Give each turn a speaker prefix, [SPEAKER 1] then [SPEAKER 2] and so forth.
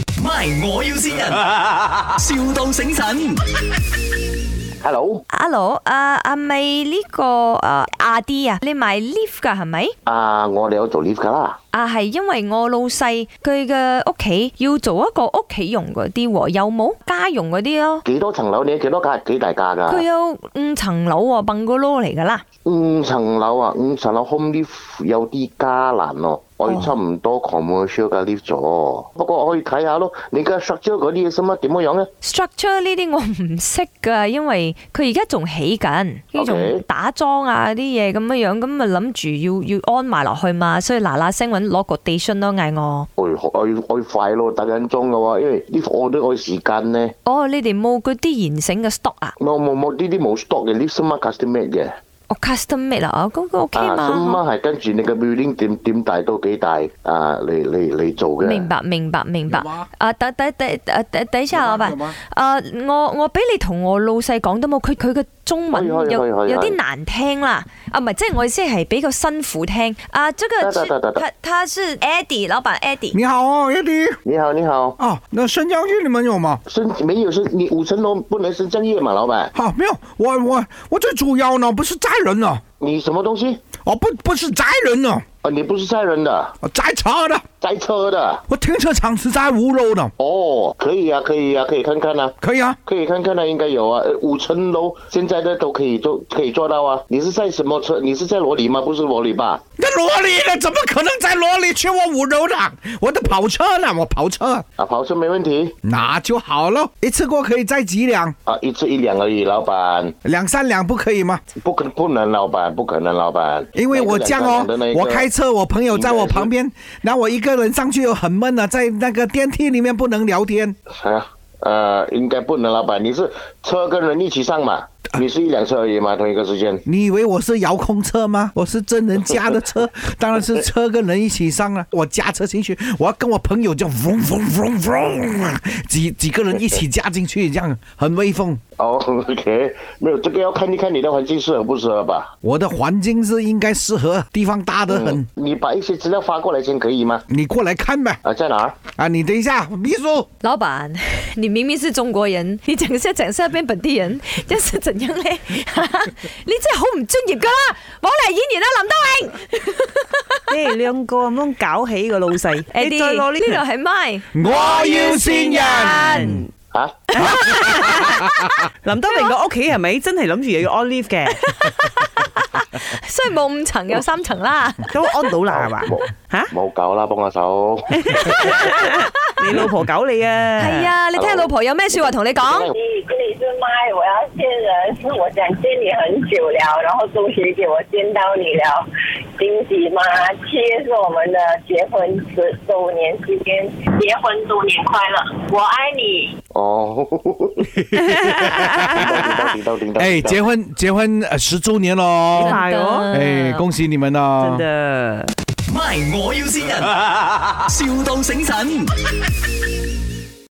[SPEAKER 1] MY，我要先 人，,笑到醒神。
[SPEAKER 2] Hello，
[SPEAKER 3] Hello，啊啊咪呢個啊阿 D 啊，你賣 lift 噶係咪？
[SPEAKER 2] 啊、我哋有做 lift 噶啦，
[SPEAKER 3] 啊係因為我老細佢嘅屋企要做一個屋企用嗰啲喎，有冇家用嗰啲咯？
[SPEAKER 2] 幾多層樓你幾多架？幾大架噶？
[SPEAKER 3] 佢有五層樓喎，笨個窿嚟噶啦。
[SPEAKER 2] 五層樓啊，五層樓 home lift 有啲加難咯、我哋差唔多 commercial 嘅 lift 咗，不過我可以睇下咯。你而家 structure 嗰啲嘢使乜點樣樣咧？
[SPEAKER 3] structure 呢啲我唔識噶，因為佢而家仲起緊，跟住
[SPEAKER 2] OK
[SPEAKER 3] 仲打樁啊啲嘢咁樣樣，咁咪諗住要要安埋落去嘛，所以嗱嗱聲揾攞個 d a t i o n 咯，嗌我。
[SPEAKER 2] 我要我要我要哎快咯，等緊鐘嘅喎，因為 lift 我都我時間咧，
[SPEAKER 3] 哦，你哋冇嗰啲現成嘅 stock 啊？
[SPEAKER 2] 冇冇冇呢啲冇 stock 嘅 lift 使乜 custom made 嘅，
[SPEAKER 3] 我 custom made 啊，咁咁 OK
[SPEAKER 2] 啊，使
[SPEAKER 3] 嘛？
[SPEAKER 2] 乜係跟住你嘅 building 點點大到幾大啊嚟嚟嚟做嘅。
[SPEAKER 3] 明白明白明白
[SPEAKER 4] 有嗎。
[SPEAKER 3] 啊，等等等啊等等一下，老
[SPEAKER 4] 有
[SPEAKER 3] 闆。
[SPEAKER 4] 嗎
[SPEAKER 3] 啊，我我俾你同我老細講得冇，佢佢嘅中文
[SPEAKER 2] 可以可以
[SPEAKER 3] 有
[SPEAKER 2] 可以可以
[SPEAKER 3] 有
[SPEAKER 2] 可以
[SPEAKER 3] 啲難聽啦。啊，唔係，即係我意思係比較辛苦聽。啊，這個
[SPEAKER 2] 得
[SPEAKER 3] 是
[SPEAKER 2] 得得得
[SPEAKER 3] 他他是 Eddie 老闆 Eddie。
[SPEAKER 4] 你好哦，叶迪。
[SPEAKER 2] 你好，你好。
[SPEAKER 4] 哦，那生姜浴你们有吗？
[SPEAKER 2] 升没有升，你五层楼不能升正业嘛，老板？
[SPEAKER 4] 好，没有，我我我最主要呢，不是载人呢，
[SPEAKER 2] 你什么东西？
[SPEAKER 4] 哦不不是载人呢，
[SPEAKER 2] 啊，你不是载人的，
[SPEAKER 4] 我载车的，
[SPEAKER 2] 载车的。
[SPEAKER 4] 我停车场是在五楼的，
[SPEAKER 2] 哦，可以啊，可以啊，可以看看啊，
[SPEAKER 4] 可以啊。
[SPEAKER 2] 可以看看啊，应该有啊。呃五层楼现在的都可以做，可以做到啊。你是在什么车？你是在罗里吗？不是罗里吧？
[SPEAKER 4] 那萝莉呢？怎么可能在萝莉去我五楼的？我的跑车呢？我跑车
[SPEAKER 2] 啊，跑车没问题
[SPEAKER 4] 那就好了，一次过可以载几辆？
[SPEAKER 2] 啊，一次一辆而已，老板，
[SPEAKER 4] 两三辆不可以吗？
[SPEAKER 2] 不可不能，老板不可能，老板。
[SPEAKER 4] 因为我这样哦
[SPEAKER 2] 那个两个人的那，个
[SPEAKER 4] 我开车，我朋友在我旁边，然后我一个人上去又很闷呢，在那个电梯里面不能聊天。
[SPEAKER 2] 啊，呃，应该不能，老板，你是车跟人一起上嘛？
[SPEAKER 4] 啊
[SPEAKER 2] 你是一辆车而已嘛，同一个时间。
[SPEAKER 4] 你以为我是遥控车吗？我是真人驾的 车，当然是车跟人一起上了。我驾车进去，我要跟我朋友就嗡嗡嗡嗡，几几个人一起驾进去，这样很威风。
[SPEAKER 2] 哦、o k 没有这个要看一看你的环境适合不适合吧。嗯
[SPEAKER 4] 我的环境是应该适合，地方大得很。
[SPEAKER 2] 你把一些资料发过来先可以吗？
[SPEAKER 4] 你过来看呗。
[SPEAKER 2] 啊，在哪儿？
[SPEAKER 4] 啊，你等一下，秘书，
[SPEAKER 3] 老闆， 你明明是中國人，你講一下講一下變本地人， 又是怎樣咧？ 你真係好唔專業噶啦！冇嚟演員啦，林德 榮。
[SPEAKER 5] 你哋兩哎個咁樣搞起個老細，你再
[SPEAKER 3] Eddie，
[SPEAKER 5] 攞
[SPEAKER 3] 呢
[SPEAKER 5] 呢
[SPEAKER 3] 度係 My。
[SPEAKER 4] 我要線人。
[SPEAKER 2] 啊，
[SPEAKER 5] 個林德榮個屋企係咪真係諗住又要 on leave 嘅？
[SPEAKER 3] 雖然冇五層，有三層啦。
[SPEAKER 5] 都 on 到啦係嘛？
[SPEAKER 2] 冇
[SPEAKER 5] 吓，
[SPEAKER 2] 冇搞啦，幫下手。
[SPEAKER 5] 你老婆搞你啊？
[SPEAKER 3] 係，啊，你聽老婆有咩说話同你講？
[SPEAKER 6] 你这里是麦，我要见人，我想见你很久了，然后终于给我见到你了，惊喜吗？七月是我们的结婚十周年纪念，结婚周年快乐，我爱你。
[SPEAKER 2] 哦， 叮当叮当叮当叮当
[SPEAKER 4] 哎，结婚结婚呃十周年喽！
[SPEAKER 5] 大哦
[SPEAKER 4] 哎，恭喜你们哦！
[SPEAKER 5] 真的。
[SPEAKER 1] MY，我要先人，,笑到醒神。